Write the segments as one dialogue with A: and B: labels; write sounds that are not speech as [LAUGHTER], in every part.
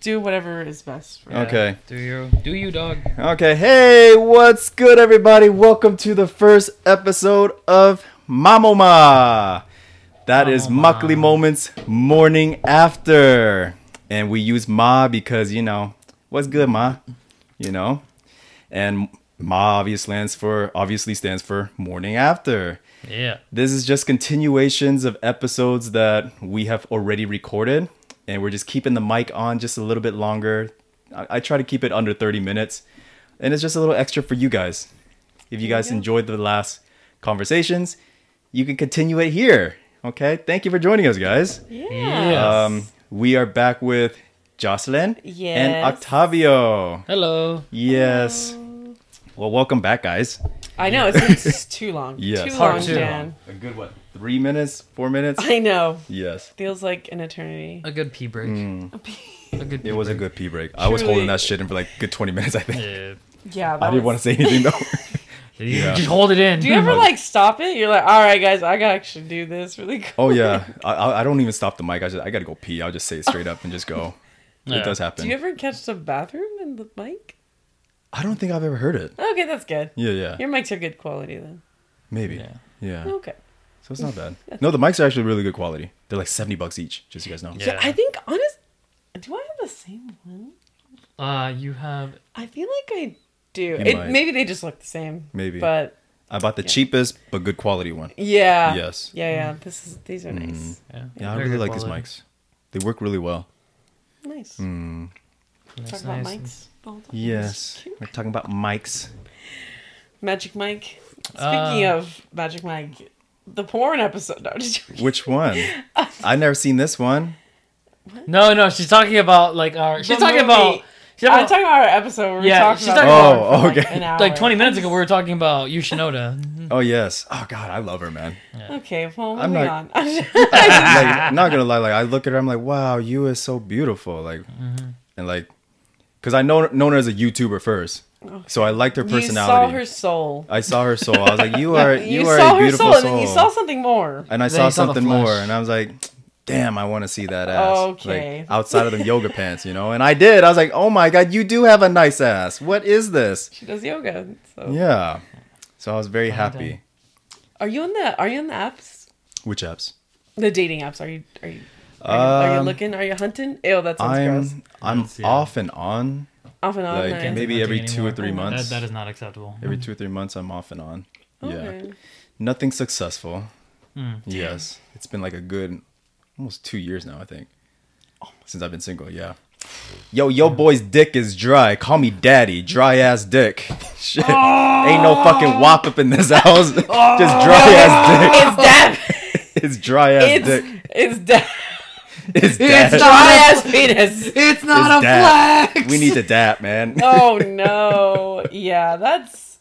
A: do whatever is best for
B: Yeah.
C: Okay.
B: Do you? Do you, dog?
C: Okay, hey, what's good, everybody? Welcome to the first episode of Mamoma. That is Muckley Moments Morning After. And we use Ma because, you know, what's good, Ma? You know? And Ma obviously stands for, obviously stands for Morning After.
B: Yeah.
C: This is just continuations of episodes that we have already recorded, and we're just keeping the mic on just a little bit longer. I, I try to keep it under 30 minutes, and it's just a little extra for you guys. If you guys enjoyed the last conversations, you can continue it here. Okay, thank you for joining us, guys.
B: Yes.
C: Um, we are back with Jocelyn and
A: Yes.
C: Octavio.
B: Hello.
C: Yes. Well, welcome back, guys.
A: I know
C: [LAUGHS]
A: it's, it's too long.
C: Yes.
A: Too
B: Part
A: long,
B: two.
A: Dan.
C: A good one. Three minutes,
A: [LAUGHS]
C: four minutes.
A: I know.
C: Yes.
A: Feels like an eternity.
B: A good pee break. A good. Pee
C: Hmm. It was a
B: break.
C: good pee break. I was holding
A: Truly.
C: that shit in for like good 20 minutes, I think.
B: Yeah.
A: yeah. That
C: I didn't want to say anything though. Yeah.
B: Just hold it in.
A: Do you ever like stop it? You're like, all right, guys, I gotta actually do this really quick.
C: [LAUGHS] oh yeah, I- I, I don't even stop the mic. I just I gotta go pee. I'll just say it straight up and just [LAUGHS] go.
B: Yeah.
C: It does
A: Do you
C: happen.
A: ever catch the bathroom and the mic?
C: I don't think I've ever heard it.
A: Okay, that's good.
C: Yeah, yeah,
A: Your mics are good quality then.
C: maybe.
B: Yeah.
C: Yeah.
A: Okay.
C: so it's not bad. No, the mics are actually really good quality. They're like 70 bucks each. Just so you guys know.
B: Yeah.
A: I think honest do I have the same one?
B: Uh, you have.
A: I feel like I do.
C: You
A: It,
C: might.
A: maybe they just look the same.
C: Maybe.
A: But
C: I bought the cheapest but good quality one.
A: yeah.
C: Yes. Mm.
A: Yeah, yeah. This is these are nice.
B: Yeah.
C: Yeah, I
B: very
C: really
B: good
C: like these
B: quality.
C: mics. They work really well.
A: Nice.
B: That's
A: Talk about
B: nice.
A: mics. all the time.
C: Yes. We're talking about mics.
A: Magic Mike. Speaking
B: Uh,
A: of Magic Mike, the porn episode. [LAUGHS] No, I'm just joking.
C: Which one?
A: [LAUGHS]
C: I've never seen this one.
B: No, no, she's talking about like our. She's
A: The
B: talking
A: movie.
B: about. She's
A: I'm
B: talking
A: talking about our episode where we
B: Yeah,
A: talked
B: she's
A: about
C: talking
A: porn
C: about-
A: for,
C: Oh,
A: like,
C: okay.
A: an hour.
B: like 20 minutes ago, we were talking about Yoshinoda.
C: Oh yes. Oh god, I love her, man.
A: Okay, well,
C: I'm
A: moving [LAUGHS]
C: not-
A: on.
B: [LAUGHS]
C: like not gonna lie, like I look at her, I'm like, wow, you is so beautiful, like,
B: Mm-hmm.
C: and like, because I know known her as a YouTuber first, so I liked her
A: you saw
C: personality.
A: her soul.
C: I saw her soul. I was like,
A: [LAUGHS]
C: you are you,
A: You,
C: are
A: saw
C: a
A: her soul,
C: beautiful soul,
A: and then you saw something more.
C: And I
B: Then
C: saw
B: you saw the
C: something
B: flesh.
C: more, and I was like, damn, I want to see that ass,
A: Okay.
C: like, outside of the yoga pants, you know. And I did. I was like, oh my god, you do have a nice ass. What is this?
A: She does yoga. So.
C: Yeah. So I was very happy.
A: Are you on the Are you on the apps?
C: Which apps?
A: The dating apps? Are you Are you Are you, are you
C: Um,
A: looking? Are you hunting? Ew, that sounds gross.
C: I'm I'm
B: That's- yeah. off
C: off and on.
A: Off and on.
C: like,
A: nice.
C: [LAUGHS] maybe every two or three months.
B: That, that is not acceptable.
C: Every two or three months, I'm off and on. Yeah. [LAUGHS]
A: Okay.
C: Nothing successful.
A: Hmm,
B: Mm.
C: Yes. It's been like a good almost two years now, I think. Since I've been single, yeah. Yo, yo boy's dick is dry. Call me daddy. Dry ass dick. [LAUGHS] Shit.
A: Oh.
C: Ain't no fucking wop up in
A: [LAUGHS]
C: this house. Just dry ass
A: Oh, It's dead.
C: dick. It's dry ass dick.
A: It's it's dead.
B: [LAUGHS]
C: It's dad.
A: Dry ass penis.
B: It's
C: It's dap. We need to dap, man.
A: [LAUGHS] Oh no. Yeah, that's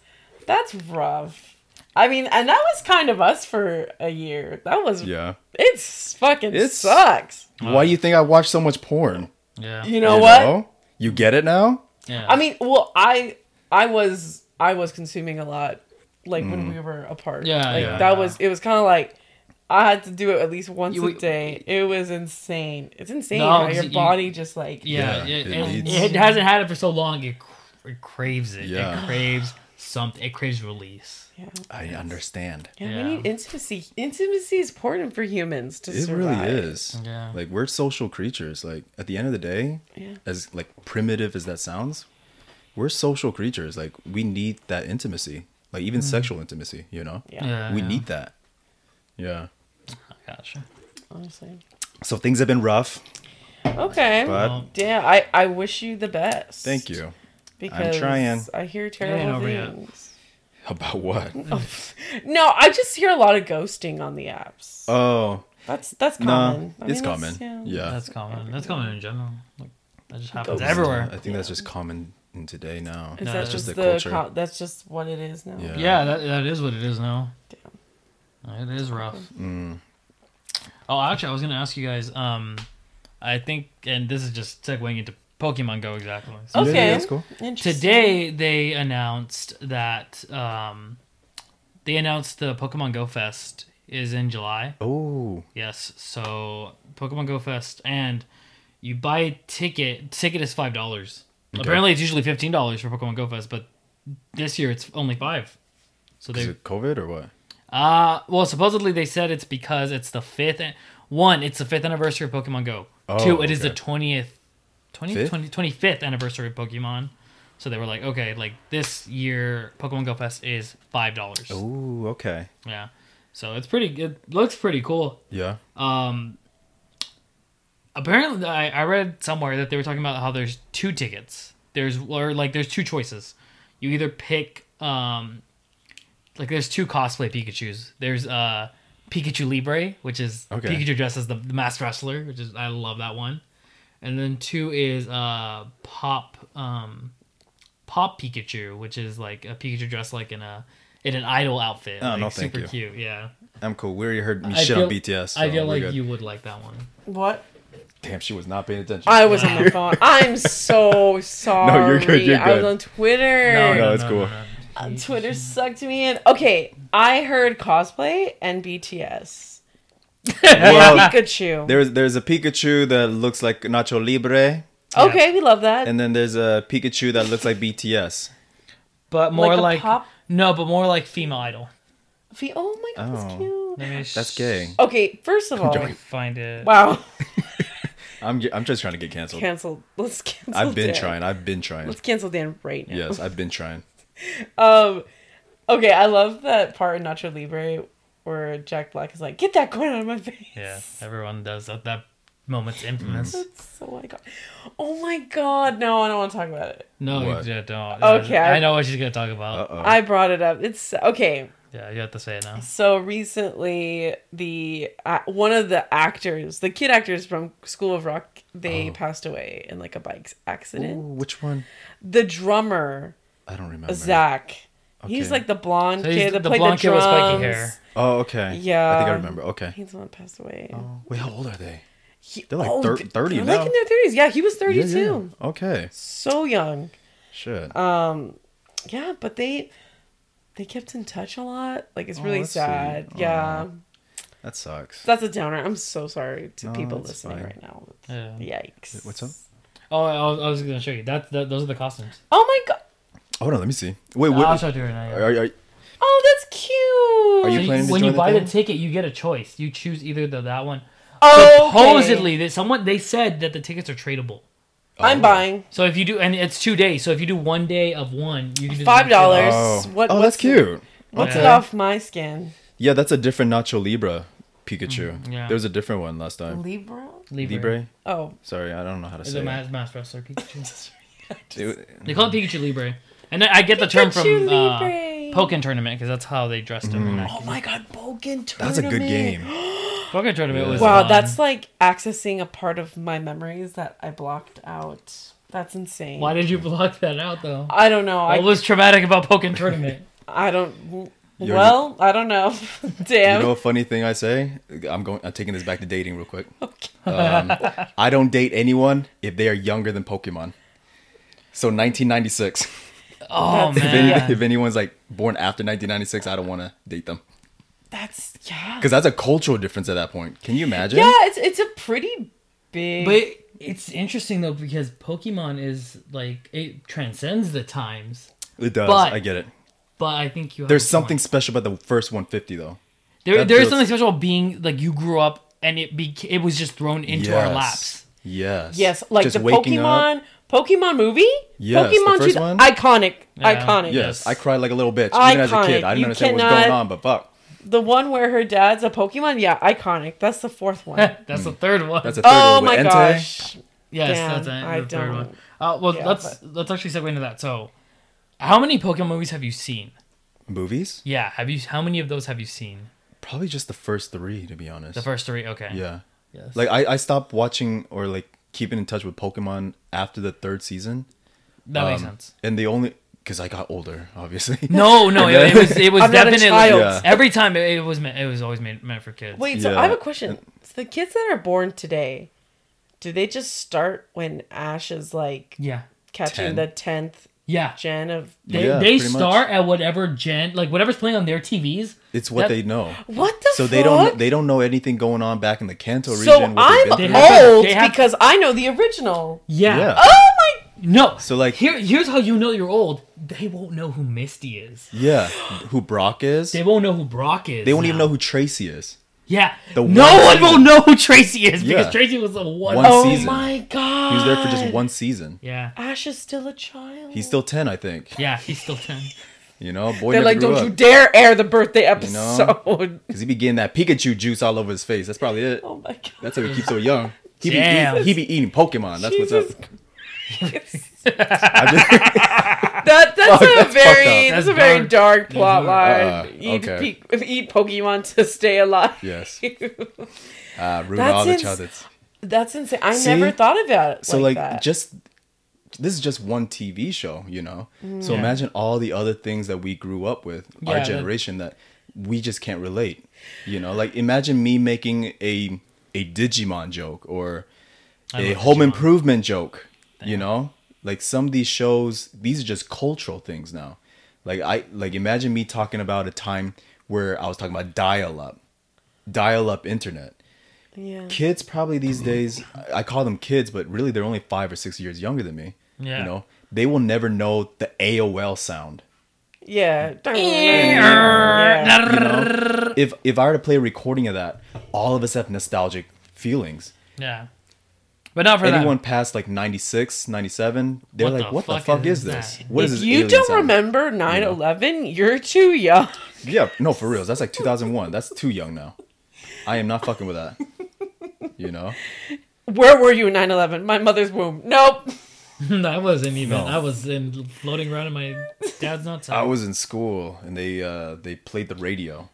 A: that's rough. I mean, and that was kind of us for a year. That was
C: [LAUGHS] yeah.
A: It's fucking
C: It's-
A: sucks.
C: Why do you think I watch so much porn?
B: Yeah.
A: You know what?
C: You get it now?
B: yeah.
A: I mean, well, I I was I was consuming a lot, like
C: Mm.
A: when we were apart.
B: Yeah,
A: like
B: yeah,
A: that
B: yeah.
A: was it was kind of like I had to do it at least once
B: You-
A: a day. It was insane. It's insane
B: No,
A: how
B: it's-
A: your
B: you-
A: body just like
B: Yeah,
C: Yeah,
B: it,
C: it
B: it,
C: needs-
B: it hasn't had it for so long. It, cr- it craves it. It
C: Yeah.
B: craves something. It craves release.
A: yeah.
C: I understand.
A: Yeah,
B: Yeah.
A: we need intimacy. Intimacy is important for humans to
C: It
A: survive.
C: really is.
B: Yeah.
C: Like we're social creatures. Like at the end of the day,
A: Yeah.
C: as like primitive as that sounds, we're social creatures. Like we need that intimacy. Like even sexual intimacy, you know?
A: Yeah,
C: We
B: Mm-hmm. yeah.
C: need that. Yeah.
B: Gosh.
A: honestly.
C: So things have been rough,
A: Okay.
C: but
B: Well,
A: Damn, I, I wish you the best.
C: thank you.
A: Because
C: trying.
A: I hear
B: ain't
A: terrible
B: over yet.
A: things. [LAUGHS]
C: About what?
A: No, I just hear a lot of ghosting on the apps.
C: Oh,
A: That's that's
C: no.
A: common. I
C: It's
A: mean, that's-
C: common. Yeah.
B: That's common. That's common in general. Like, that just happens
A: Ghosts.
C: I
B: everywhere.
C: think that's just common in today now.
A: Is that
B: No, that's
A: just
C: just
A: the,
C: the culture.
A: co- that's just what it is now.
C: Yeah.
B: Yeah, that, that is what it is now. It is rough.
C: Mm.
B: Oh, actually, I was gonna ask you guys. Um, I think, and this is just segueing into Pokemon Go exactly. So
A: Okay.
C: Yeah, that's cool.
A: Interesting.
B: today they announced that um, they announced the Pokemon Go Fest is in July.
C: Oh,
B: Yes, so Pokemon Go Fest, and you buy a ticket. Ticket is five dollars. Apparently, it's usually fifteen dollars for Pokemon Go Fest, but this year it's only five. So
C: Is
B: they
C: it COVID or what?
B: uh well supposedly they said it's because it's the fifth. an- One, it's the fifth anniversary of Pokemon Go.
C: Oh,
B: Two, it is
C: okay.
B: the twentieth,
C: Fifth?
B: 25th anniversary of Pokemon. So they were like, okay, like this year Pokemon Go Fest is five dollars.
C: Ooh, Oh, okay.
B: Yeah. So it's pretty good. Looks pretty cool.
C: Yeah.
B: Um, apparently, I, I read somewhere that they were talking about how there's two tickets. There's or like there's two choices. You either pick um, like there's two cosplay Pikachu's. There's uh Pikachu Libre, which is
C: Okay.
B: Pikachu dressed as the, the masked wrestler, which is I love that one. And then two is uh Pop um Pop Pikachu, which is like a Pikachu dressed like in a in an idol outfit.
C: Oh,
B: like,
C: no, thank
B: super
C: you.
B: cute, yeah.
C: I'm cool. We already heard me
B: I
C: shit
B: feel-
C: on BTS.
B: I
C: so
B: feel
C: we're
B: like
C: good.
B: you would like that one.
A: What?
C: Damn, she was not paying attention.
A: I was
C: [LAUGHS]
A: on the phone. I'm so sorry.
C: you're good, you're
A: I was
C: good.
A: on Twitter.
C: no, it's cool.
B: [LAUGHS]
A: Uh, Twitter sucked me in. Okay, I heard cosplay and BTS.
B: [LAUGHS]
C: well,
A: Pikachu.
C: there's there's a Pikachu that looks like Nacho Libre,
A: okay, we love that.
C: and then there's a Pikachu that looks like BTS.
B: But more
A: the
B: like,
A: pop-
B: no, but more like female idol.
A: Fe- oh my god, that's
C: Oh.
A: cute.
B: Let me
C: That's
B: sh-
C: gay.
A: Okay, first of all,
B: Find it.
A: wow, [LAUGHS]
C: I'm ge- I'm just trying to get canceled.
A: cancel. Let's cancel.
C: I've been
A: Dan.
C: trying. I've been trying.
A: Let's cancel Dan right now.
C: Yes, I've been trying.
A: Um, okay, I love that part in Nacho Libre where Jack Black is like, "Get that coin out of my face."
B: Yeah, everyone does that. That moment's infamous.
A: [LAUGHS]
C: Mm-hmm.
A: That's so like, oh my god, no, I don't want to talk about it.
B: No,
C: What?
B: you don't.
A: Okay, I-
B: I know what she's gonna talk
C: Uh
B: about.
C: oh.
A: I brought it up. It's okay.
B: Yeah, you have to say it now.
A: So recently, the uh, one of the actors, the kid actors from School of Rock,
C: Oh.
A: they passed away in like a bike accident.
C: which one?
A: The drummer
C: I don't remember.
A: Zach, he's
C: Okay.
A: like the blonde
B: So he's
A: kid that
B: the
A: played
B: blonde
A: the
B: kid with
A: drums.
B: spiky hair.
C: Oh, okay. I think
A: Yeah.
C: I remember. Okay.
A: He's the one that passed away.
C: Oh, wait, how old are they?
A: He-
C: They're like
A: oh,
C: thir-
A: th-
C: 30
A: they're
C: now.
A: Like in their thirties. Yeah, he was
C: Yeah,
A: thirty-two. Uh,
C: yeah. Okay.
A: So young.
C: Shit.
A: Yeah, but they they kept in touch a lot. Like it's
C: Oh,
A: really
C: that's sweet.
A: sad. Yeah.
C: that sucks.
A: That's a downer. I'm so sorry to
C: No,
A: people
C: it's
A: listening
C: fine.
A: right now.
B: Yeah.
A: Yikes.
C: What's up?
B: Oh, I was, I was gonna show you. That, that those are the costumes.
A: Oh my god.
C: Hold on, let me see. Wait,
B: I'll
C: what?
B: show it to her now. yeah.
C: Are, are,
A: Oh, that's cute.
C: Are you
B: So
C: planning to
B: when
C: join
B: you
C: the
B: buy the
C: thing?
B: ticket, you get a choice. You choose either the that one.
A: Oh,
B: Supposedly, that someone they said that the tickets are tradable.
A: I'm buying
B: So if you do, and it's two days. So if you do one day of one, you can do
A: five dollars.
C: oh,
A: What?
C: oh
A: what's
C: that's cute.
A: What's it
B: Okay.
A: off my skin?
C: Yeah, that's a different Nacho Libra Pikachu.
B: Mm, yeah.
C: There was a different one last time.
A: Libra.
B: Libre.
C: Libre?
A: Oh,
C: Sorry, I don't know how to
B: Is
C: say
B: a
C: it.
B: mass, mass wrestler Pikachu.
C: It-
B: they call it Pikachu Libre, and I, I get the term
A: Pikachu
B: from uh,
A: Libre.
B: Pokken tournament because that's how they dressed him. in that
A: oh my God, Bogan tournament.
C: That's a good game.
B: Pokken tournament was
A: Wow,
B: fun.
A: that's like accessing a part of my memories that I blocked out. That's insane.
B: why did you block that out though?
A: I don't know. I
B: What was traumatic about Pokken tournament?
A: I don't.
C: You're-
A: well, I don't know. [LAUGHS] Damn.
C: You know a funny thing I say? I'm going. I'm taking this back to dating real quick. Um, I don't date anyone if they are younger than Pokemon. So 1996.
B: Oh
A: That's-
C: If, any,
B: man,
C: [LAUGHS] if anyone's like born after 1996, I don't want to date them
A: That's yeah.
C: because that's a cultural difference at that point. Can you imagine?
A: Yeah, it's it's a pretty big.
B: but it's interesting though because Pokemon is like it transcends the times.
C: It does.
B: But-
C: I get it.
B: But I think you have
C: There's
B: a
C: something
B: point.
C: special about the first 150 though.
B: there
C: that
B: there is
C: builds-
B: something special about being like you grew up and it beca- it was just thrown into our
C: Yes.
B: laps.
C: Yes.
A: yes, like
C: Just
A: the
C: waking up.
A: Pokemon Pokemon movie.
C: Yes, the
A: Pokemon
C: first
A: 2000
C: one?
A: iconic,
B: Yeah.
A: iconic.
C: Yes, I cried like a little bitch even as a
A: Iconic.
C: kid. I didn't
A: You
C: understand what was
A: cannot-
C: going on, but fuck.
A: The one where her dad's a Pokemon. Yeah, iconic. That's the fourth [LAUGHS] one.
B: [LAUGHS] That's the third one.
C: That's a third
A: oh
C: one with
A: my
C: Entei.
A: gosh.
B: Yes,
A: Damn,
B: that's a,
A: I
B: the third one.
A: don't-
B: Uh, well,
A: yeah,
B: let's let's actually segue into that. So, how many Pokemon movies have you seen?
C: Movies?
B: Yeah, have you? How many of those have you seen?
C: Probably just the first three, to be honest.
B: The first three. Okay.
C: yeah.
B: Yes.
C: Like I, I stopped watching or like keeping in touch with Pokemon after the third season.
B: that makes
C: Um,
B: sense.
C: And the only because I got older,
A: [LAUGHS]
C: obviously.
B: No,
C: [LAUGHS]
B: no, it, it was it was
A: I'm not a
B: definitely
A: child.
C: Yeah.
B: every time it, it was meant, it was always meant, meant for kids.
A: Wait, so
C: Yeah.
A: I have a question. So the kids that are born today, do they just start when Ash is like
B: Yeah.
A: catching
C: Ten.
A: the tenth
B: Yeah.
A: Gen of
B: They,
C: Yeah,
B: they
C: pretty much.
B: start at whatever gen, like whatever's playing on their TVs.
C: It's what
B: That-
C: they know.
A: what the
C: So
A: fuck?
C: they don't they don't know anything going on back in the Kanto region.
A: So
C: what they've
A: I'm
C: been
A: old
B: They
C: through.
B: have- they have-
A: because I know the original.
B: Yeah.
C: Yeah.
A: Oh my!
B: No.
C: So, like-
B: here, here's how you know you're old. They won't know who Misty is.
C: yeah, who Brock is?
B: They
C: They,
B: won't know who Brock is.
C: won't
B: now.
C: even know who Tracy is.
B: Yeah.
C: The
B: no
C: one
B: one,
C: season.
B: will know who Tracy is because
C: Yeah.
B: Tracy was a one.
C: One
B: oh,
C: season.
A: My God.
C: He was there for just one season.
B: Yeah.
A: Ash is still a child.
C: He's still ten, I think.
B: Yeah. He's still ten.
C: You know, boy
A: They're
C: never
A: like,
C: grew
A: don't you
C: up
A: dare air the birthday
C: know?
A: episode. [LAUGHS]
C: because he be getting that Pikachu juice all over his face. That's probably it.
A: Oh my God.
C: That's how he keeps so young. He be,
B: Damn.
C: eating, he be eating Pokemon. That's
A: Jesus [LAUGHS]
C: what's up. [LAUGHS] I'm just- [LAUGHS]
A: That that's
C: Fuck,
A: a
C: that's
A: very
C: fucked
B: up.
A: that's,
B: That's
A: a very dark
B: dark.
A: plot line.
C: Uh,
A: eat,
C: okay.
A: pe- [LAUGHS] eat Pokemon to stay alive.
C: yes. Uh, ruin
A: That's
C: all the
A: ins-
C: childhoods.
A: [LAUGHS] That's insane. I
C: See?
A: never thought about it.
C: So like,
A: that.
C: just this is just one TV show, you know.
A: Mm.
C: So
B: Yeah.
C: imagine all the other things that we grew up with,
B: Yeah,
C: our
B: that-
C: generation that we just can't relate. You know, like imagine me making a a Digimon joke or a
B: love
C: home
B: Digimon.
C: improvement joke, you know? Like some of these shows, these are just cultural things now. Like I like imagine me talking about a time where I was talking about dial up. Dial up internet
A: yeah.
C: kids probably these days I- i call them kids but really they're only five or six years younger than me
B: Yeah.
C: you know they will never know the aol sound
A: Yeah. Yeah.
C: you
B: Yeah.
C: know? if if i were to play a recording of that all of us have nostalgic feelings
B: But not for [LAUGHS]
C: anyone
B: them.
C: past like 96 97 they're
B: What
C: like
B: the
C: what the
B: fuck
C: fuck
B: is
C: is this
B: that?
C: what is
A: If
C: this
A: you
C: alien
A: don't
C: sound?
A: remember 9-11, you're too young. [LAUGHS]
C: yeah no for reals that's like 2001 that's too young now i am not fucking with that [LAUGHS] you know
A: Where were you in 9-11? My mother's womb. Nope. [LAUGHS]
B: I wasn't even.
C: No.
B: I was in floating around in my dad's nuts.
C: I was in school and they uh they played the radio.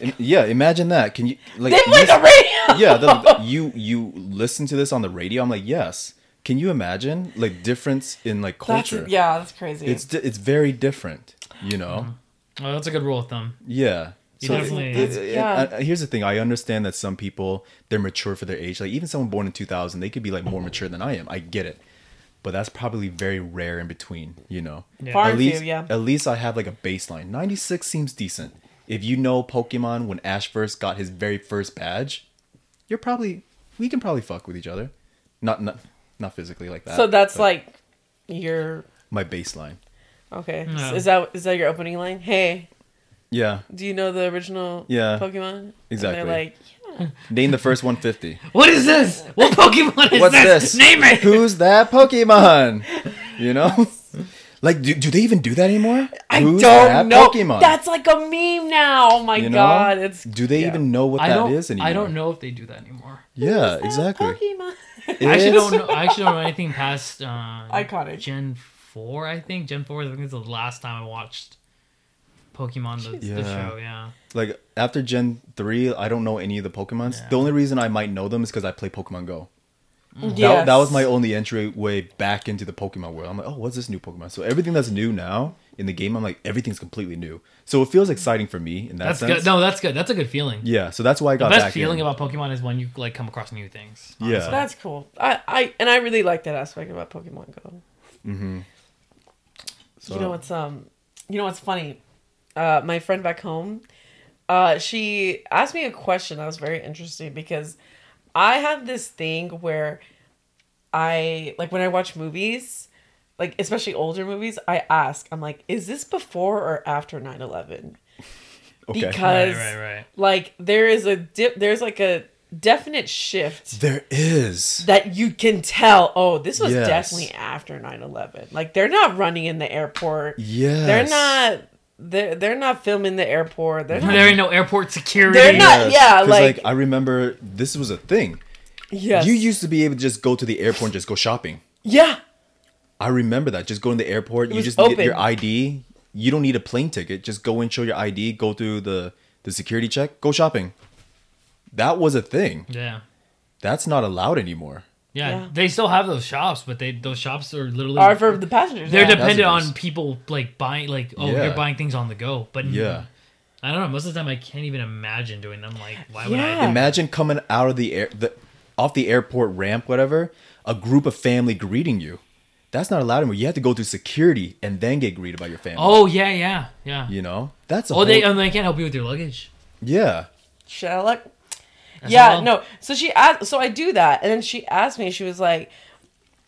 C: Im- yeah, imagine that. Can you like
A: Oh They play
C: you-
A: the radio.
C: Yeah, the, you you listen to this on the radio. I'm like, "Yes." Can you imagine like difference in like
A: [LAUGHS] That's,
C: culture?
A: yeah, that's crazy.
C: It's di- it's very different, you know.
B: Oh, that's a good rule of thumb.
C: Yeah.
B: You
C: So
B: definitely-
C: it-
B: That's-
C: it-
A: yeah.
C: and, uh, here's the thing. I understand that some people they're mature for their age. Like even someone born in 2000, they could be like more mature than I am. I get it, but that's probably very rare in between. You know,
B: Yeah.
A: Far
C: at
A: and
C: least
A: few, yeah.
C: at least I have like a baseline. 96 seems decent. If you know Pokemon when Ash first got his very first badge, you're probably we can probably fuck with each other. Not not not physically like that.
A: so that's
C: but
A: like your
C: my baseline.
A: okay.
B: No.
A: Is that is that your opening line? Hey,
C: Yeah.
A: do you know the original
C: Yeah.
A: Pokemon?
C: Exactly.
A: And they're like,
C: Name the first 150.
B: What is this? What Pokemon is
C: What's
B: this?
C: this?
B: Name it.
C: Who's that Pokemon? You know? [LAUGHS] Like, do, do they even do that anymore?
A: I
C: Who's that
A: don't know.
C: Pokemon?
A: That's like a meme now. Oh my
C: you know?
A: god, it's
C: do they
A: yeah.
C: even know what
B: I
C: that
B: don't.
C: is anymore?
B: I don't know if they do that anymore.
C: Yeah,
A: Is that
C: exactly.
A: Pokemon. [LAUGHS]
B: I actually
C: It's-
B: don't know. I actually don't know anything past um,
A: Iconic.
B: Gen Four. I think Gen Four. I think is the last time I watched Pokemon the, the
C: Yeah.
B: show. Yeah.
C: Like after Gen three, I don't know any of the Pokemons.
B: Yeah.
C: The only reason I might know them is because I play Pokemon Go. That,
A: Yes.
C: that was my only entryway back into the Pokemon world. I'm like, oh, what's this new Pokemon? So everything that's new now in the game, I'm like, everything's completely new. So it feels exciting for me in that
B: That's
C: sense.
B: good. No, that's good. That's a good feeling.
C: Yeah, so that's why I
B: The
C: got
B: best
C: back
B: feeling
C: in.
B: about Pokemon is when you like come across new things.
C: Yeah.
B: honestly.
A: That's cool. I, I and I really like that aspect about Pokemon Go.
C: Mm-hmm. So-
A: You know what's um you know what's funny? Uh my friend back home, uh she asked me a question that was very interesting because I have this thing where I like when I watch movies, like especially older movies, I ask, I'm like, is this before or after 9/11?
C: okay.
A: Because
B: Right, right, right.
A: like there is a dip there's like a definite shift
C: there is.
A: that you can tell oh this was
C: Yes.
A: definitely after 9-11 like they're not running in the airport
C: Yes.
A: they're not they're, they're not filming the airport they're not
B: There ain't no airport security.
A: They're not- yeah,
C: 'Cause,
A: like-
C: I remember this was a thing.
A: yes.
C: You used to be able to just go to the airport and just go shopping.
A: yeah
C: I remember that. Just go in the airport, you
A: was
C: just
A: open.
C: get your ID. You don't need a plane ticket. Just go and show your ID, go through the the security check, go shopping. That was a thing.
B: Yeah.
C: That's not allowed anymore.
B: yeah,
A: Yeah.
B: They still have those shops, but they those shops are literally
A: are for the passengers
B: they're
A: yeah.
B: dependent on
C: Passengers.
B: people like buying like oh
C: Yeah.
B: they're buying things on the go. But
C: Yeah.
B: I don't know. Most of the time, I can't even imagine doing them. Like, why would
A: Yeah.
B: I?
C: Imagine coming out of the air the off the airport ramp whatever, a group of family greeting you. That's not allowed anymore. You have to go through security and then get greeted by your family.
B: Oh yeah, yeah, yeah.
C: You know? That's a
B: Oh, they uh,
C: whole-
B: and they can't help you with your luggage.
C: Yeah.
A: Should I look? yeah,
B: all.
A: no. So she asked. So I do that, and then she asked me. She was like,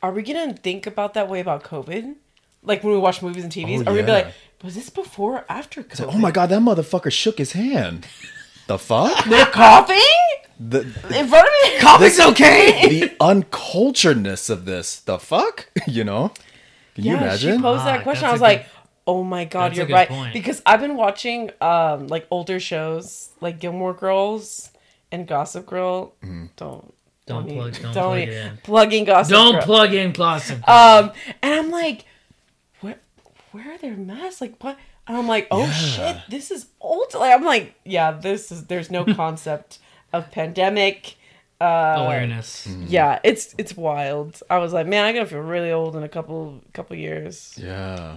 A: "Are we gonna think about that way about COVID? Like when we watch movies and TVs?
C: Oh,
A: are we gonna be
C: yeah.
A: like, was this before or after COVID?
C: It's like, oh my god, that motherfucker shook his hand. The fuck?
A: They're coughing
C: The
A: in front of me.
B: Coffee's okay.
C: the unculturedness of this. The fuck? [LAUGHS] You know? Can you
A: Yeah,
C: imagine?
A: she posed
B: Ah,
A: that question. I
B: that's
A: was
B: a good-
A: like, "Oh my god,
B: that's a
A: you're
B: good
A: right."
B: point.
A: Because I've been watching um like older shows like Gilmore Girls and Gossip Girl.
C: Mm-hmm.
A: Don't
B: Don't
A: need-
B: plug- don't plug it in.
A: plug in Gossip.
B: Don't
A: Girl.
B: plug in Glossip.
A: Um, and I'm like, where, where are their masks? Like what? And I'm like, oh shit, this is old. Like I'm like, yeah, this is. There's
B: [LAUGHS]
A: no concept of pandemic. Uh,
B: awareness.
C: Mm-hmm.
A: Yeah, it's it's wild. I was like, man, I'm gonna feel really old in a couple couple years.
C: Yeah.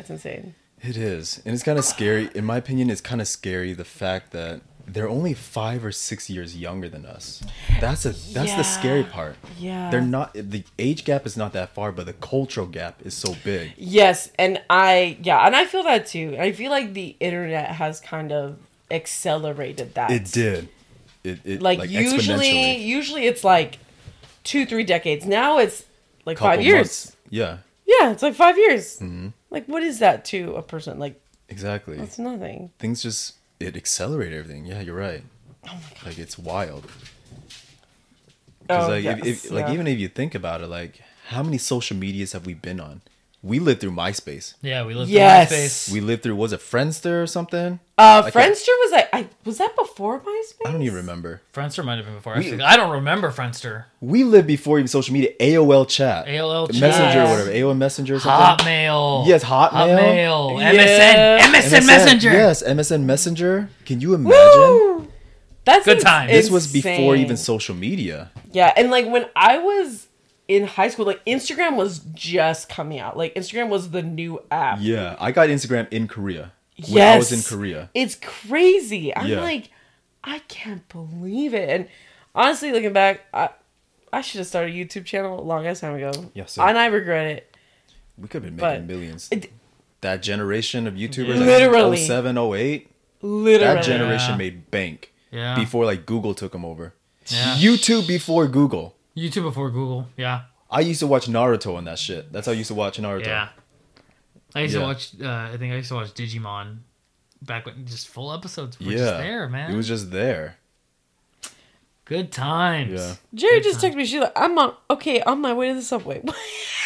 A: It's insane.
C: It is. And it's kind of scary. In my opinion, it's kind of scary the fact that they're only five or six years younger than us. That's a that's the scary
A: Yeah.
C: part.
A: Yeah.
C: They're not the age gap is not that far, but the cultural gap is so big.
A: Yes, and I yeah, and I feel that too. I feel like the internet has kind of accelerated that.
C: It did. It, it
A: Like,
C: like,
A: usually,
C: exponentially.
A: usually it's like two, three decades. Now it's like
C: Couple
A: five years.
C: months. Mm-hmm. Yeah,
A: Yeah, it's like five years. Like what is that to a person? Like
C: exactly.
A: it's nothing.
C: Things just it accelerated everything. Yeah, you're right.
A: Oh
C: Like it's wild. Because like, uh, if, if,
A: Oh, yes,
C: like
A: yeah.
C: even if you think about it, like how many social medias have we been on? We lived through MySpace.
B: Yeah, we lived
A: Yes.
B: in MySpace.
C: We lived through was it Friendster or something?
A: uh,
C: like a-
A: Friendster was like I was that before MySpace?
C: I don't even remember.
B: Friendster might have been before. MySpace. I don't remember Friendster.
C: We lived before even social media. AOL chat,
B: AOL chat.
C: Messenger, or
A: Yes.
C: whatever. AOL Messenger or something.
B: Hotmail.
C: Yes, Hotmail.
B: Hotmail.
A: Yeah.
B: MSN. MSN.
C: MSN.
B: Messenger.
C: Yes, MSN Messenger. Can you imagine?
A: Woo! That's
B: Good
A: ins-
B: times.
C: This was before
A: insane.
C: even social media.
A: Yeah, and like when I was in high school, like Instagram was just coming out. Like Instagram was the new app.
C: Yeah, I got Instagram in Korea. When I was in Korea.
A: It's crazy. I'm
C: Yeah.
A: like, I can't believe it. And honestly, looking back, I I should have started a YouTube channel a long ass time ago.
C: Yes, sir.
A: and I regret it.
C: We could have been
A: But-
C: making millions.
A: It-
C: That generation of YouTubers,
A: Literally.
C: like 07, 08,
A: Literally,
C: that generation
B: Yeah.
C: made bank
B: Yeah.
C: before like Google took them over.
B: Yeah.
C: YouTube before Google.
B: YouTube before Google. Yeah.
C: I used to watch Naruto and that shit. That's how I used to watch Naruto.
B: Yeah. I used
C: Yeah.
B: to watch. Uh, I think I used to watch Digimon back when just full episodes. Were
C: yeah.
B: Just there, man.
C: It was just there.
B: Good times.
C: Yeah.
A: Jerry just texted me. She's like, I'm on okay on my way to the subway. [LAUGHS]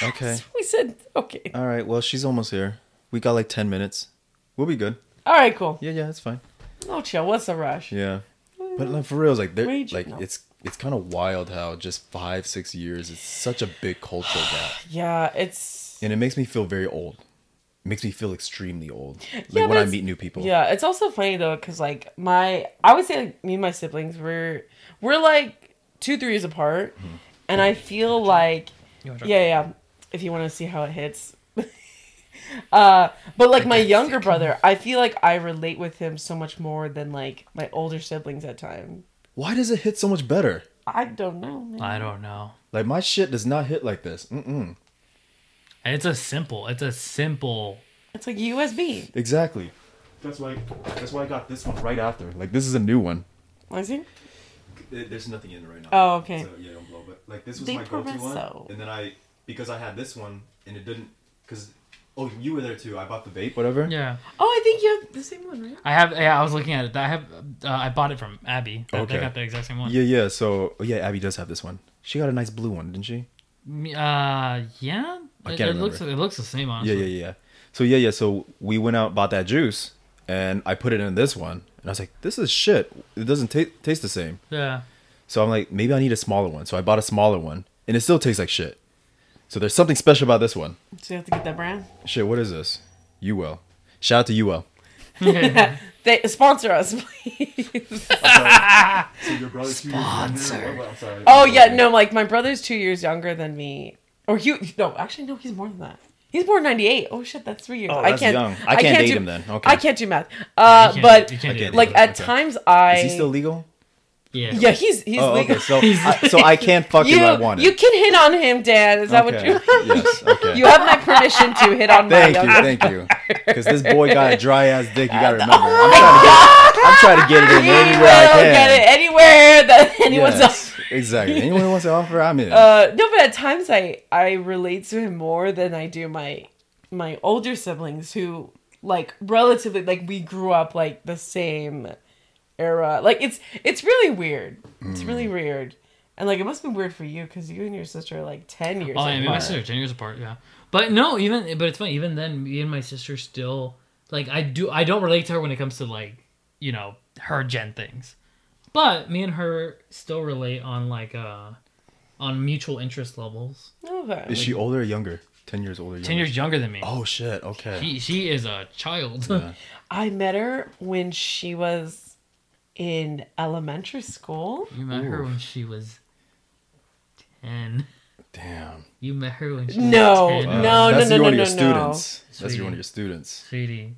C: Okay.
A: we said okay.
C: All right. Well, she's almost here. We got like 10 minutes. We'll be good.
A: All right, cool.
C: Yeah, yeah, it's fine.
A: No chill. What's the rush?
C: Yeah. But like for real, it's like they're
A: Rage-
C: like
A: no.
C: it's it's kind of wild how just five six years it's such a big cultural gap,
A: Yeah, it's
C: and it makes me feel very old. It makes me feel extremely old. Like
A: [LAUGHS] Yeah, but
C: when I
A: it's-
C: meet new people.
A: Yeah, it's also funny though, cause like my, I would say like me and my siblings we're we're like two three years apart, and I feel like
B: You wanna
A: yeah
B: try?
A: yeah. If you want to see how it hits, [LAUGHS] uh, but like my younger brother, I feel like I relate with him so much more than like my older siblings at time.
C: Why does it hit so much better?
A: I don't know. man.
B: I don't know.
C: Like my shit does not hit like this. Mm-mm.
B: And it's a simple. It's a simple.
A: It's like USB.
C: Exactly. That's why. That's why I got this one right after. Like this is a new one.
A: I see.
C: Th- There's nothing in it right now.
A: Oh, okay.
C: So yeah, don't blow. But like this was
A: They
C: my go-to
A: Promesso.
C: one, and then I because I had this one and it didn't because oh you were there too. I bought the vape, whatever.
B: Yeah.
A: Oh, I think you have the same one, right?
B: I have. Yeah, I was looking at it. I have. Uh, I bought it from Abby. I,
C: Okay.
B: I got the exact same one.
C: Yeah, yeah. So oh, yeah, Abby does have this one. She got a nice blue one, didn't she?
B: Me- Uh, yeah.
C: I
B: it,
C: can't
B: it looks.
C: remember.
B: It looks the same.
C: Yeah,
B: Honestly.
C: yeah, yeah. So yeah, yeah. So we went out bought that juice, and I put it in this one, and I was like, this is shit. It doesn't ta- taste the same.
B: Yeah.
C: So I'm like, maybe I need a smaller one. So I bought a smaller one, and it still tastes like shit. So there's something special about this one.
A: So you have to get that brand.
C: Shit, what is this? UL. Shout out to UL.
B: [LAUGHS]
A: [LAUGHS] They sponsor us, [LAUGHS] please.
C: So your brother's sponsor.
A: Oh yeah, no, like my brother's two years younger than me. Or he no, actually no, he's more than that. He's born ninety eight. Oh shit, that's three years.
C: Oh,
A: I
C: that's
A: can't.
C: young. I can't date
A: do,
C: him then. Okay.
A: I can't do math. Uh,
B: You can't-
A: but
B: you can't
C: Okay.
B: do it.
A: like at
C: Okay.
A: times I
C: Is he still legal?
B: Yeah.
A: Yeah, he's [LAUGHS] he's
C: Oh,
A: legal.
C: okay. So, I, so I can't fuck
A: you
C: if I want it.
A: you can hit on him, Dad. Is that
C: okay.
A: what you?
C: Yes.
A: [LAUGHS]
C: Okay.
A: You have my permission to hit on my
C: Thank you,
A: young-
C: thank you. Because this boy got a dry ass dick.
A: [LAUGHS]
C: You gotta remember. I'm trying to get, I'm trying to get it in
A: We [LAUGHS]
C: anywhere I
A: will
C: can.
A: get it anywhere that anyone's
C: Yes,
A: up. [LAUGHS]
C: Exactly. Anyone who wants to offer, I'm in.
A: Uh, no, but at times I I relate to him more than I do my my older siblings who like relatively like we grew up like the same era. Like it's it's really weird. It's
C: Mm.
A: really weird. And like it must be weird for you because you and your sister are like ten years
B: Oh, yeah, me and my
A: apart.
B: sister are ten years apart. Yeah, but no, even but it's funny. Even then, me and my sister still like I do. I don't relate to her when it comes to like you know her gen things, but me and her still relate on like uh on mutual interest levels.
A: Okay.
C: Is she older or younger? Ten years older. or
B: Ten
C: younger?
B: years younger than me.
C: Oh shit. Okay.
B: He, she is a child.
A: I met her when she was in elementary school.
B: [LAUGHS] you met her when she was ten.
C: Damn. Uh,
B: You met her when she
A: No,
B: was ten.
A: no.
C: that's
A: no,
C: you one
A: no,
C: of your
A: no, no.
C: students. That's you one of
B: Sweetie.
C: your students.
B: Sweetie,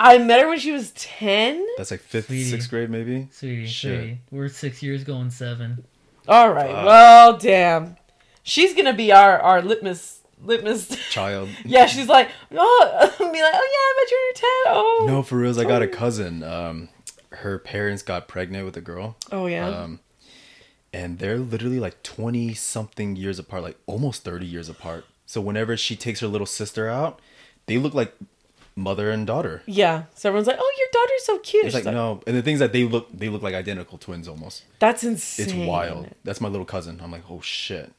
A: I met her when she was ten.
C: That's like fifth,
B: Sweetie.
C: sixth grade maybe.
B: sweetie,
C: Shit.
B: sweetie. We're six years going seven.
A: All right.
C: Fuck.
A: Well, damn. She's gonna be our our litmus litmus.
C: Child.
A: yeah, she's like, oh, [LAUGHS] be like, oh yeah, I met you when you were
C: No,
A: ten. Oh,
C: for reals. I got a cousin. Um, her parents got pregnant with a girl.
A: oh yeah.
C: Um, and they're literally like 20 something years apart, like almost 30 years apart. So whenever she takes her little sister out, they look like mother and daughter.
A: yeah. So everyone's like, oh, your daughter's so cute.
C: It's
A: She's
C: like no, and the things that they look, they look like identical twins almost.
A: That's insane.
C: It's wild. That's my little cousin. I'm like, oh shit.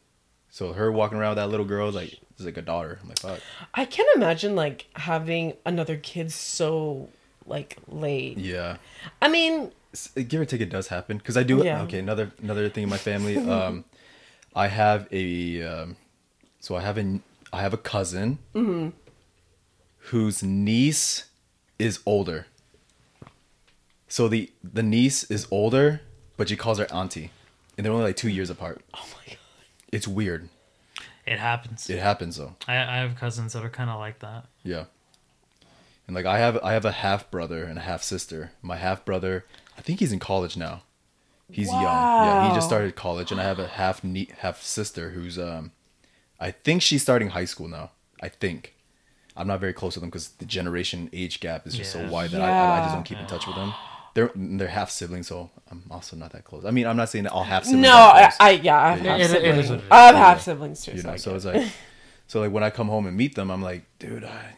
C: So her walking around with that little girl is like, is like a daughter. I'm like, fuck.
A: I can't imagine like having another kid so like late.
C: Yeah.
A: I mean,
C: s- give or take it does happen because i do
A: Yeah.
C: okay another another thing in my
A: [LAUGHS]
C: family um i have a um so i have a i have a cousin
A: Mm-hmm.
C: whose niece is older so the the niece is older but she calls her auntie and they're only like two years apart
A: oh my god.
C: it's weird
B: It happens.
C: it happens though
B: I, I have cousins that are kind of like that.
C: yeah and like i have i have a half brother and a half sister my half brother i think he's in college now He's young. Yeah, he just
A: Wow.
C: started college, and I have a half nie- half sister who's um, I think she's starting high school now. I think I'm not very close with them because the generation age gap is just
B: Yeah.
C: so wide that I, I just
A: Yeah.
C: don't keep in touch with them. They're they're half siblings, so I'm also not that close. I mean, I'm not saying that all half siblings.
A: No,
C: are
A: I,
C: close,
A: I yeah, I have
C: Yeah,
A: half
B: it- it is
A: siblings.
B: what it is.
A: I have
C: Yeah.
A: half siblings too.
C: you know,
A: I
C: so
A: get
C: it's
A: it.
C: like, so like when I come home and meet them, I'm like, dude, I,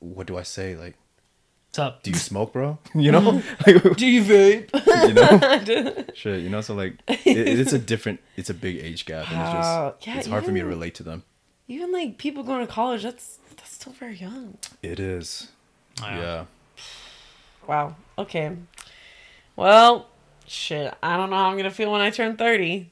C: what do I say? Like,
B: What's up?
C: do you
A: [LAUGHS]
C: smoke, bro? You know, [LAUGHS] like,
A: do you vape?
C: you know, shit, you know.
A: [LAUGHS]
C: So like, it, it's a different, it's a big age gap, and it's
A: Wow.
C: just,
A: Yeah,
C: it's hard for me to
A: even-
C: relate to them.
A: [LAUGHS] Even like people going to college, that's that's still very young.
C: It is,
B: Wow.
C: yeah.
A: Wow. Okay. Well, shit. I don't know how I'm gonna feel when I turn thirty.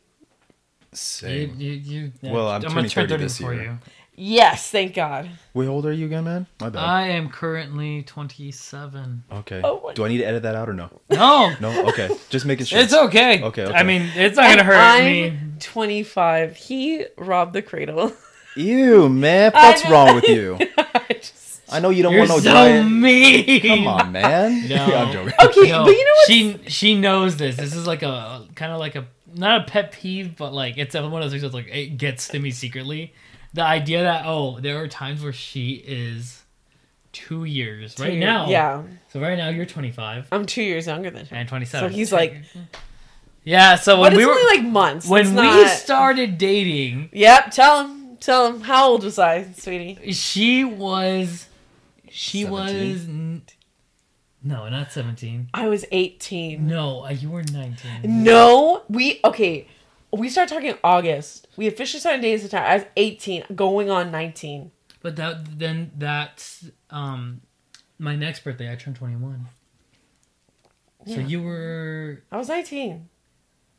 B: You,
C: Same.
B: you, you, yeah,
C: Well, I'm
B: gonna
C: turning 30 this
B: before
C: year.
B: you.
A: Yes, thank God.
C: Wait, how old are you again, man? My bad.
B: I am currently 27.
C: okay.
A: Uh, Oh, what-
C: Do I need to edit that out or no?
B: No,
C: [LAUGHS] No. Okay.
A: [LAUGHS]
C: just making sure.
B: it's okay.
C: Okay, okay.
B: I mean, it's not gonna hurt
A: I'm
B: me.
A: 25. He robbed the
C: [LAUGHS]
A: cradle.
C: Ew, man.
A: I
C: What's
A: just-
C: wrong
A: [LAUGHS]
C: with you?
A: I just-
C: I know you don't
B: You're
C: want no
B: so
C: giant.
B: mean. [LAUGHS]
C: Come on, man.
B: No.
C: [LAUGHS] I'm joking.
A: Okay, but you know what?
B: She she knows this. This is like a kind of like a not a pet peeve, but like it's one of those things that's like it gets to me secretly. The idea that oh, there are times where she is two years right now.
A: Yeah,
B: So right now you're 25
A: I'm two years younger than him.
B: and 27.
A: So he's like-
B: yeah. So when
A: But
B: we
A: it's
B: were
A: only like months. It's
B: when we
A: not-
B: started dating,
A: Yep. Tell him. Tell him. How old was I, sweetie?
B: she was she
C: 17?
B: was n- no not 17
A: I was 18.
B: no uh, you were 19
A: No, we okay. We started talking August. We officially started dating September. I was 18, going on 19.
B: but that then that's um my next birthday i turned 21 so
A: Yeah.
B: you were
A: I was 19.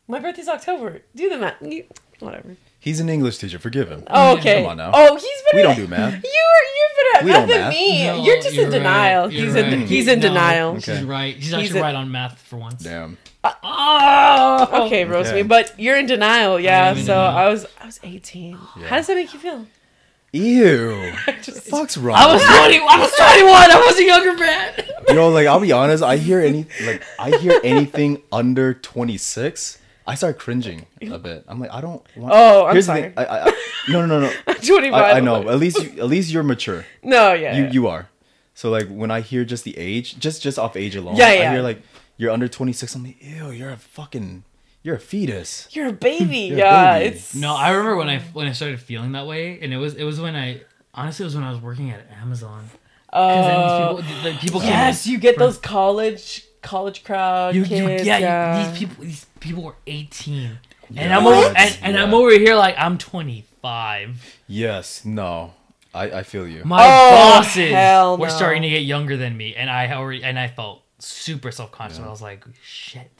A: My birthday's October. Do the math. You- Whatever.
C: He's an English teacher. Forgive him.
A: Oh, okay.
C: Mm, Come on now.
A: Oh, he's better.
C: We don't
A: at-
C: do math.
A: [LAUGHS] You're you're better at
C: We
A: math
C: don't
A: than
C: math.
A: me.
B: No,
A: you're just in
B: right.
A: denial.
B: You're
A: He's in
B: right.
A: he's in
B: No,
A: denial.
C: Okay.
B: she's right she's
A: He's
B: actually
A: a-
B: right on math for once
C: Damn.
B: oh
A: [LAUGHS] Okay, Rosemary,
C: Okay.
A: but you're in denial. Yeah.
B: I'm in
A: So
B: denial. [GASPS]
A: I was I was 18.
C: Yeah.
A: How does that make you feel? [LAUGHS]
C: Ew.
A: Just-
C: Fuck's wrong.
A: [LAUGHS]
B: I was twenty. I was twenty-one. I was a younger man.
C: Yo, like I'll be honest, I hear any like I hear anything under 26, I start cringing a bit. I'm like, I don't want.
A: Oh, I'm
C: the thing,
A: sorry.
C: I, I, no, no, no, no.
A: 25.
C: I, I
A: [LAUGHS] I'm
C: know.
A: like-
C: At least, you, at least you're mature.
A: [LAUGHS] No, yeah.
C: You,
A: yeah.
C: you are. So like when I hear just the age, just just off age alone,
A: Yeah,
C: I
A: yeah.
C: hear like you're under 26. I'm like, ew, you're a fucking, you're a fetus.
A: You're a baby.
C: You're a
A: yeah,
C: baby.
A: it's
B: No, I remember when I when I started feeling that way, and it was it was when I honestly it was when I was working at Amazon. 'Cause then
A: Uh,
B: these people, the people came
A: yes,
B: in
A: you get
B: from-
A: those college college crowd
B: You, you-
A: kids.
B: yeah,
A: yeah,
B: you- these people these people were eighteen, and
C: Yeah.
B: I'm over,
C: What?
B: and, and I'm
C: Yeah.
B: over here like I'm twenty five.
C: Yes, no, I I feel you.
B: My
A: Oh,
B: bosses
A: hell
B: were
A: no.
B: starting to get younger than me, and I already and I felt super self conscious. I was like, shit.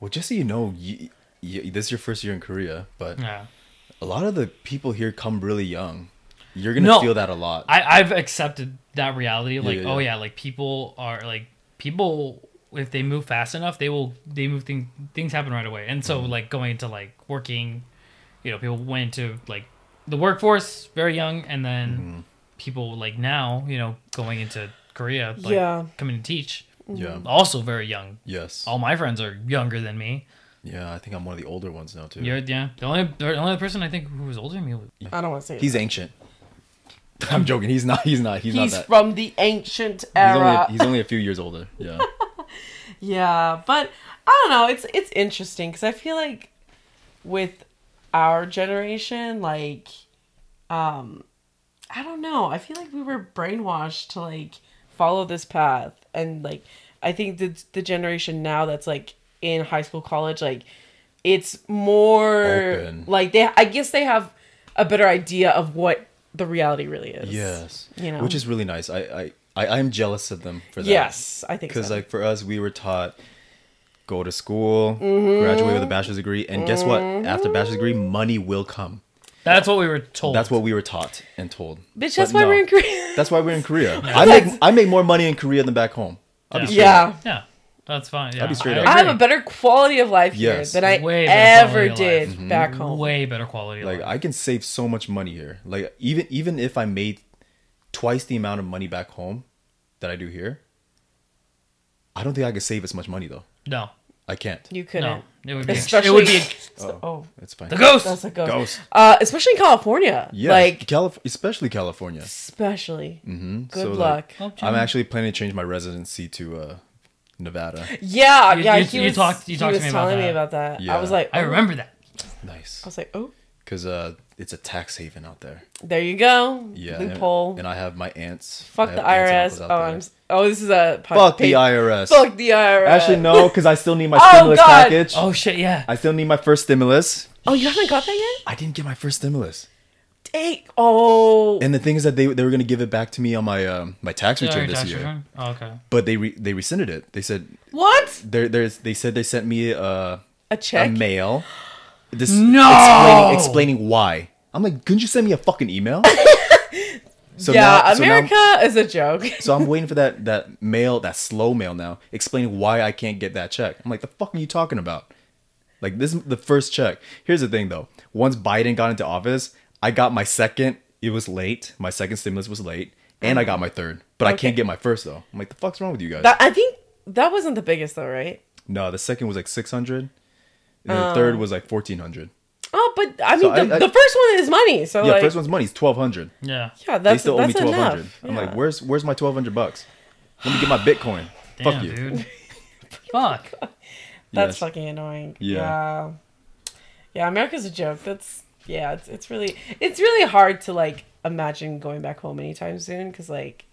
C: Well, just so you know, you, you, this is your first year in Korea, but
B: Yeah.
C: a lot of the people here come really young. You're gonna
B: No.
C: feel that a lot.
B: I, I've accepted that reality. Like,
C: yeah,
B: oh
C: yeah.
B: yeah, like people are like people if they move fast enough, they will they move things things happen right away. And so
C: Mm-hmm.
B: like going into like working, you know, people went into like the workforce very young and then
C: Mm-hmm.
B: people like now, you know, going into Korea, like
A: Yeah. Mm-hmm.
B: coming to teach.
C: yeah.
B: Also very young.
C: Yes.
B: All my friends are younger than me.
C: Yeah, I think I'm one of the older ones now too.
B: You're yeah. The only the only person I think who was older than me was
A: I don't want to say
C: He's
A: that. [LAUGHS]
C: ancient. I'm joking. He's not. He's not. He's,
A: he's
C: not that.
A: from the ancient
C: He's only,
A: era.
C: a, he's only a few years
A: [LAUGHS]
C: older. Yeah.
A: Yeah, but I don't know. It's it's interesting because I feel like with our generation, like, um, I don't know. I feel like we were brainwashed to like follow this path, and like I think the the generation now that's like in high school, college, like it's more
C: Open.
A: like they. I guess they have a better idea of what the reality really is.
C: yes.
A: You know.
C: Which is really nice. I I, I I'm jealous of them for that.
A: Yes, I think
C: Because
A: so.
C: like for us, we were taught go to school,
A: Mm-hmm.
C: graduate with a bachelor's degree, and guess what? After bachelor's degree, money will come.
B: That's what we were told.
C: That's what we were taught and told.
A: Bitch,
C: But
A: that's why
C: no.
A: we're in Korea.
C: That's why we're in Korea. I make I make more money in Korea than back home. I'll
B: Yeah.
C: be straight
A: [LAUGHS]
C: up.
A: yeah.
B: Yeah. That's fine. Yeah.
C: I'll be straight up.
A: I have a
B: agree.
A: better quality of life
C: Yes.
A: here than I
B: Way better quality
A: ever
B: of
A: did
B: life. Mm-hmm.
A: back home.
B: way better quality. Like
C: like I can save so much money here. Like even even if I made twice the amount of money back home that I do here, I don't think I could save as much money though.
B: no,
C: I can't.
A: You couldn't.
B: no, it would be.
A: Especially-
B: it would be
A: Oh,
C: It's fine.
B: the ghost.
A: that's a ghost.
C: Ghost.
A: Uh, especially in California.
C: yeah,
A: Like,
C: Calif- especially California.
A: especially. Mm-hmm. Good
C: So,
A: luck.
C: like,
B: Oh,
C: I'm
B: Jimmy.
C: actually planning to change my residency to uh, Nevada.
A: yeah,
B: You-
A: yeah.
B: you-
A: he
B: you
A: was,
B: talked- you
A: he
B: talked to
A: was
B: me about
A: telling me
B: that.
A: about that.
C: Yeah.
A: I was like,
B: I
A: oh.
B: remember that.
A: I
C: Nice,
A: was like, oh,
C: because uh, it's a tax haven out there.
A: there you go.
C: Yeah, and-
A: Loophole.
C: And, I have my aunts. I
A: Fuck
C: have
A: the
C: aunts
A: IRS.
C: and
A: Oh,
C: uncles out
A: I'm.
C: there.
A: s- Oh, this is a pod-
C: Fuck the
A: pa-
C: IRS.
A: Fuck the IRS.
C: Actually, no, because I still need my
A: Oh,
C: stimulus
A: God.
C: package.
B: Oh shit, yeah.
C: I still need my first stimulus.
A: Oh, you haven't got that
C: I didn't get my first stimulus.
A: yet. Dang. Oh.
C: And the thing is that they, they were going to give it back to me on my um, my tax
B: Sorry,
C: return this
B: tax
C: year,
B: return? Oh, okay.
C: but they re- they rescinded it. They said
A: what?
C: there there's they said they sent me a
A: A
C: a
A: check.
C: mail. This
B: No!
C: explaining, explaining why. I'm like, couldn't you send me a fucking
A: [LAUGHS]
C: email? so
A: yeah,
C: now- so now-
A: America is a joke.
C: So, I'm waiting for that that mail, that slow mail now, explaining why I can't get that check. I'm like, the fuck are you talking about? Like this is the first check. Here's the thing though. Once Biden got into office, I got my second. It was late. My second stimulus was late, and I got my third. But I can't get my first though. I'm like, the fuck's wrong with you guys?
A: That, I think that wasn't the biggest though, right?
C: no, the second was like 600, and the third was like 1400.
A: Oh, but I mean,
C: So
A: the,
C: I- I-
A: the first one is money. So
C: Yeah,
A: like,
C: first one's money. It's 1200.
B: Yeah.
A: yeah, Oh,
C: They
A: that's
C: still owe me
A: that's
C: 1200.
A: enough.
C: I'm
A: Yeah.
C: like, where's where's my 1200 bucks? Let me get
A: [SIGHS]
C: my Bitcoin.
B: Damn,
C: Fuck you.
B: dude.
A: [LAUGHS]
B: Fuck.
A: that's
C: Yes.
A: fucking annoying.
C: Yeah.
A: yeah, Yeah, America's a joke. That's yeah, it's it's really it's really hard to like imagine going back home anytime soon because like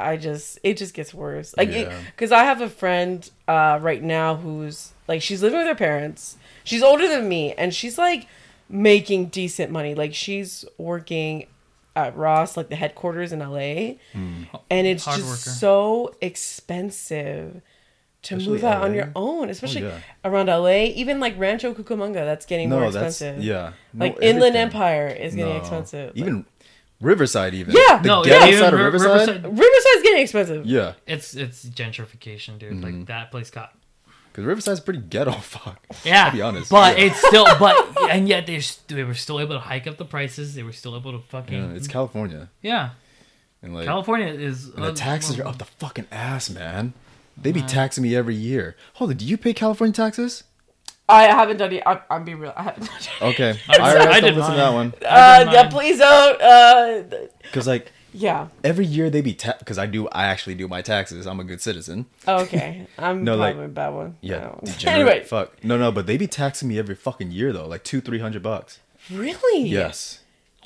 A: I just it just gets worse. Like
C: Yeah.
A: because I have a friend uh right now who's like she's living with her parents. She's older than me and she's like making decent money. Like she's working at Ross, like the headquarters in LA.
C: Hmm.
A: And it's
B: Hard
A: just
B: worker.
A: so expensive to
C: Especially
A: move out on
C: LA?
A: your own, especially
C: Oh, yeah.
A: around LA, even like Rancho Cucamonga, that's getting more
C: No, that's
A: expensive.
C: yeah. No,
A: Like Inland
C: everything.
A: Empire is getting
C: No.
A: expensive.
C: Even Riverside, even.
A: Yeah,
C: the
B: No,
C: ghetto
B: yeah,
C: side of
B: Ri-
C: Riverside.
B: Riverside-
A: Like, Riverside's getting expensive.
C: Yeah, Mm-hmm.
B: It's it's gentrification, dude. Like that place got
C: Because Riverside's pretty ghetto, [LAUGHS] fuck.
B: Yeah,
C: To be honest.
B: but
C: yeah.
B: it's still, but and yet they they were still able to hike up the prices. They were still able to fucking
C: Yeah, it's California.
B: yeah.
C: And like
B: California is
C: and the taxes are up the fucking ass, man. They be taxing me every year. Holy, do you pay California taxes?
A: I haven't done it. I'm, I'm being real. I haven't done it.
C: Okay.
B: [LAUGHS] [LAUGHS] I-
C: IRS,
B: I
C: don't
B: did
C: listen
B: mine.
C: to that one.
B: I
A: Uh,
B: did
A: yeah,
B: mine.
A: please don't. Uh, th-
C: Because like
A: [LAUGHS] yeah.
C: every year they be tax. Because I do, I actually do my taxes. I'm a good citizen.
A: Okay. I'm
C: No,
A: probably
C: like-
A: a bad one. I
C: Yeah.
A: don't- [LAUGHS]
C: degenerate,
A: anyway,
C: fuck. No, no, but they be taxing me every fucking year though, like two, three hundred bucks.
A: really?
C: Yes.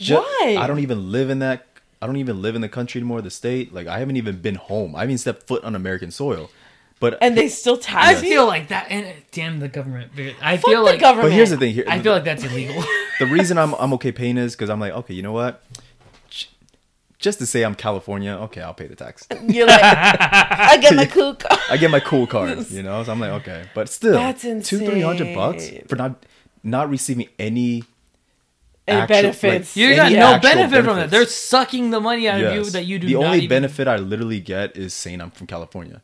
A: Why?
C: I don't even live in that. I don't even live in the country anymore. The state, like I haven't even been home. I haven't even stepped foot on American soil. But
A: And they still
B: I
A: tax you?
B: feel like that, and uh, damn the government. I
A: Fuck
B: feel
A: the
B: like
A: government.
C: but here's the thing. Here,
B: I feel like that's
C: [LAUGHS]
B: illegal. [LAUGHS]
C: the reason I'm I'm okay paying is because I'm like, okay, you know what? J- Just to say I'm California, okay, I'll pay the tax.
A: You're
C: [LAUGHS]
A: like, I get my kook.
C: I get my cool
A: [LAUGHS]
C: card, you know. So I'm like, okay, but still,
A: That's
C: two three hundred bucks
A: insane.
C: for not not receiving any
A: And
C: actual-
A: benefits.
B: You
C: any
B: got
A: Yeah.
B: no
C: actual
B: benefit from that.
C: benefits.
B: They're sucking the money out of you
C: Yes.
B: that you do.
C: The
B: not
C: only
B: even-
C: benefit I literally get is saying I'm from California.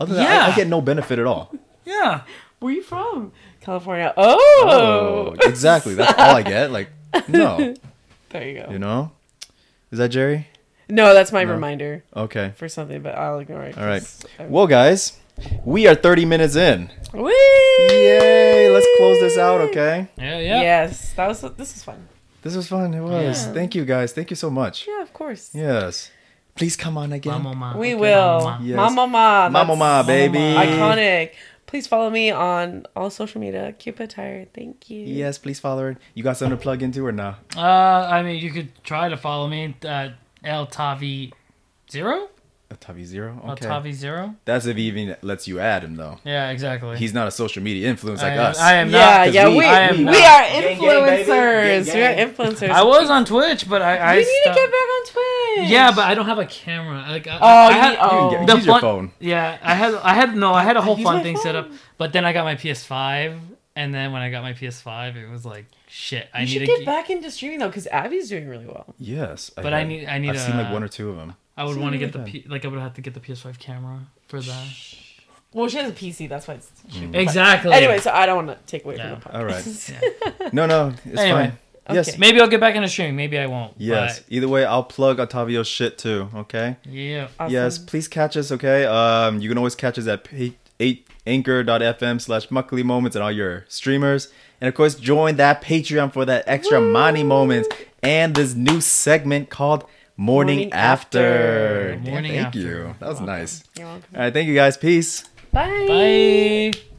C: Other than that, I, I
B: Yeah.
C: get no benefit at all.
B: Yeah.
A: Where you from? California. Oh.
C: Oh, exactly. That's all I get. Like, no,
A: There you go.
C: you know. Is that Jerry?
A: No, that's my reminder
C: Okay.
A: for something, but I'll ignore it.
C: All right.
A: 'cause I'm-
C: Well, guys, we are 30 minutes in.
A: Whee!
C: Yay! Let's close this out, okay?
B: Yeah. Yeah.
A: Yes, that was. This is fun.
C: This was fun. It was.
A: Yeah.
C: Thank you, guys. Thank you so much.
A: Yeah, of course.
C: Yes. Please come on again.
B: Mama, mama.
A: We
B: Okay,
A: will.
B: mama.
C: Yes.
A: Mama, ma.
C: Mama, ma, baby.
B: Mama Ma.
A: Iconic. Please follow me on all social media. Cupid Tired. Thank you.
C: Yes, please follow her. You got something to plug into or no?
B: Uh, I mean, you could try to follow me at El Tavi Zero.
C: Otavi Zero?
B: El
C: Okay.
B: Tavi Zero.
C: That's if he even lets you add him, though.
B: Yeah, exactly.
C: He's not a social media influence
B: I
C: like
B: am,
C: us.
B: I am
A: yeah,
B: not.
A: yeah,
C: we-
A: we,
B: I am
A: we,
B: not.
A: are
C: Gang, gang, baby.
A: influencers.
C: Gang,
A: we
C: gang.
A: are influencers.
B: I was on Twitch, but I. I
A: we need to
B: stopped.
A: get back on Twitch.
B: Yeah, but I don't have a camera. Like, I,
A: Oh,
B: I
A: you
B: had,
A: need- oh.
C: You can
B: the
C: use your
B: fun-
C: phone.
B: Yeah, I had, I had no, I had a whole
A: Use my
B: fun thing set up,
A: phone.
B: but then I got my PS5, and then when I got my PS5, it was like shit. I
A: you
B: need
A: should
B: to
A: get
B: ge-
A: back into streaming though, because Abby's doing really well.
C: Yes.
B: But I need- I need
C: I've seen like
B: a-
C: one or two of them.
B: I would
C: See
B: want to get
C: what
B: the
C: I
B: P- like I would have to get the PS5 camera for that.
A: Well, she has a PC. That's why. It's, she-
B: Exactly.
A: Anyway, so I don't want to take away
B: Mm. Yeah.
A: from the podcast.
C: All right.
B: Yeah.
C: No, no, it's
B: Anyway.
C: fine. Yes.
A: Okay.
B: maybe I'll get back into streaming. Maybe I won't.
C: Yes. Either way, I'll plug Otavio's shit too. Okay.
B: but yeah.
A: Awesome.
C: Yes. Please catch us. Okay. Um, you can always catch us at pa- eight anchor.fm slash muckley moments and all your streamers. And of course, join that Patreon for that extra money moments and this new segment called Morning,
A: Morning
C: After.
A: After.
C: Damn,
B: Morning
C: thank
B: After.
C: you. That was nice.
A: [LAUGHS] You're welcome.
C: All right. Thank you guys. Peace.
A: Bye.
B: Bye.